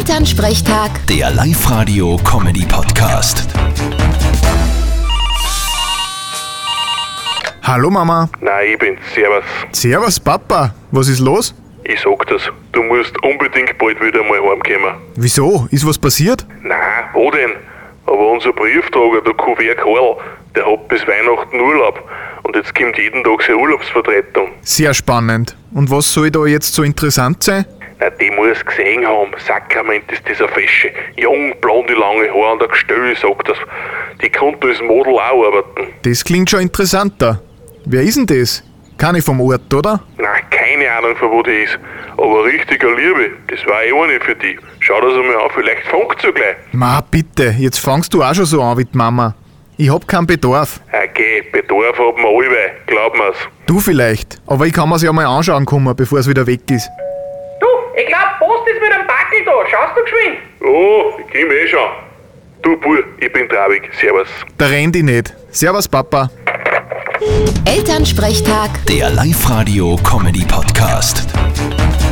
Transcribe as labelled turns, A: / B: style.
A: Elternsprechtag,
B: Der Live-Radio-Comedy-Podcast.
C: Hallo Mama.
D: Nein, ich bin's, servus.
C: Servus Papa. Was ist los?
D: Ich sag das, du musst unbedingt bald wieder mal heimkommen.
C: Wieso? Ist was passiert?
D: Nein, wo denn? Aber unser Briefträger, der Kuvert Karl, der hat bis Weihnachten Urlaub. Und jetzt kommt jeden Tag seine Urlaubsvertretung.
C: Sehr spannend. Und was soll da jetzt so interessant sein?
D: Na, die muss gesehen haben. Sakrament ist dieser Fesche. Jung, blonde, lange Haare an der Gestell, sagt das. Die konnte als Model auch arbeiten.
C: Das klingt schon interessanter. Wer ist denn das? Keine vom Ort, oder?
D: Na, keine Ahnung, von wo die ist. Aber richtiger Liebe, das war eh eine für die. Schau das einmal an, vielleicht funkt's ja gleich.
C: Ma bitte, jetzt fangst du auch schon so an wie die Mama. Ich hab keinen Bedarf.
D: Okay, Bedarf haben wir alle, glaub mir's.
C: Du vielleicht. Aber ich kann mir's ja mal anschauen kommen, bevor es wieder weg ist.
E: Du, ich glaub, Post ist mit einem Backel da. Schaust du geschwind?
D: Oh, ich komm eh schon. Du er Bur, ich bin traurig. Servus.
C: Da rennt ich nicht. Servus Papa.
A: Elternsprechtag.
B: Der Live-Radio-Comedy-Podcast.